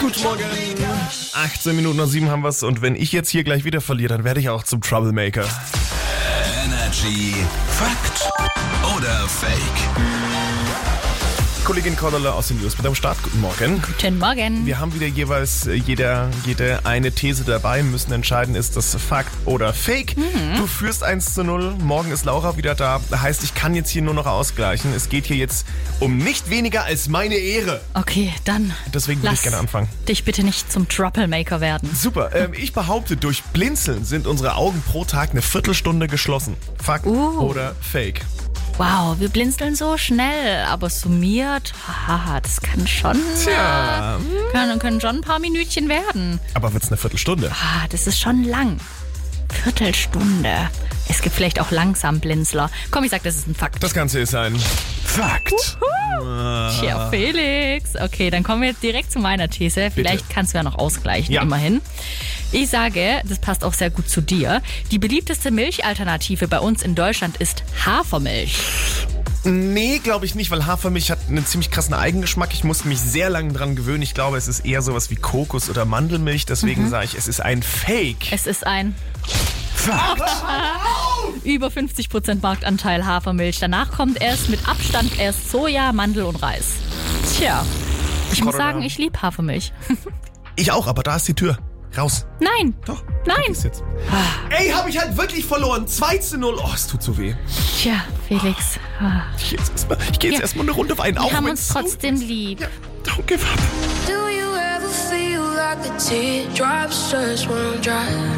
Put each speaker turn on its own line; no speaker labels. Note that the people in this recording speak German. Guten Morgen. 18 Minuten nach 7 haben wir's und wenn ich jetzt hier gleich wieder verliere, dann werde ich auch zum Troublemaker.
Energy Fakt oder Fake?
Kollegin Cordula aus den News mit am Start. Guten Morgen.
Guten Morgen.
Wir haben wieder jeweils äh, jeder, jede eine These dabei, müssen entscheiden, ist das Fakt oder Fake. Du führst 1 zu 0, morgen ist Laura wieder da. Heißt, ich kann jetzt hier nur noch ausgleichen. Es geht hier jetzt um nicht weniger als meine Ehre.
Okay, dann.
Deswegen würde
lass
ich gerne anfangen.
Dich bitte nicht zum Troublemaker werden.
Super. Ähm, ich behaupte, durch Blinzeln sind unsere Augen pro Tag eine Viertelstunde geschlossen. Fakt
Uh.
oder Fake?
Wow, wir blinzeln so schnell, aber summiert, haha, das kann schon.
Tja.
äh, Können, können schon ein paar Minütchen werden.
Aber wird's eine Viertelstunde?
Ah, das ist schon lang. Viertelstunde. Es gibt vielleicht auch langsam Blinzler. Komm, ich sag, das ist ein Fakt.
Das Ganze ist ein
Fakt.
Ah.
Tja, Felix. Okay, dann kommen wir jetzt direkt zu meiner These. Vielleicht kannst du ja noch ausgleichen,
Ja.
immerhin. Ich sage, das passt auch sehr gut zu dir. Die beliebteste Milchalternative bei uns in Deutschland ist Hafermilch.
Nee, glaube ich nicht, weil Hafermilch hat einen ziemlich krassen Eigengeschmack. Ich musste mich sehr lange dran gewöhnen. Ich glaube, es ist eher sowas wie Kokos oder Mandelmilch. Deswegen sage ich, es ist ein Fake.
Mhm. Es ist ein
Fakt.
über 50% Marktanteil Hafermilch. Danach kommt erst mit Abstand erst Soja, Mandel und Reis. Tja, ich muss
Cordula.
sagen, ich liebe Hafermilch.
Ich auch, aber da ist die Tür. Raus.
Nein,
Doch.
Nein. Ah.
Ist jetzt. Ey, habe ich halt wirklich verloren. 2 zu 0. Oh, es tut so weh.
tja, Felix. ah,
Ich gehe jetzt erstmal geh
Ja.
erst eine Runde weinen.
Wir haben uns trotzdem lieb.
Ja, danke, Papa.
Do you ever feel like the teardrops just won't dry?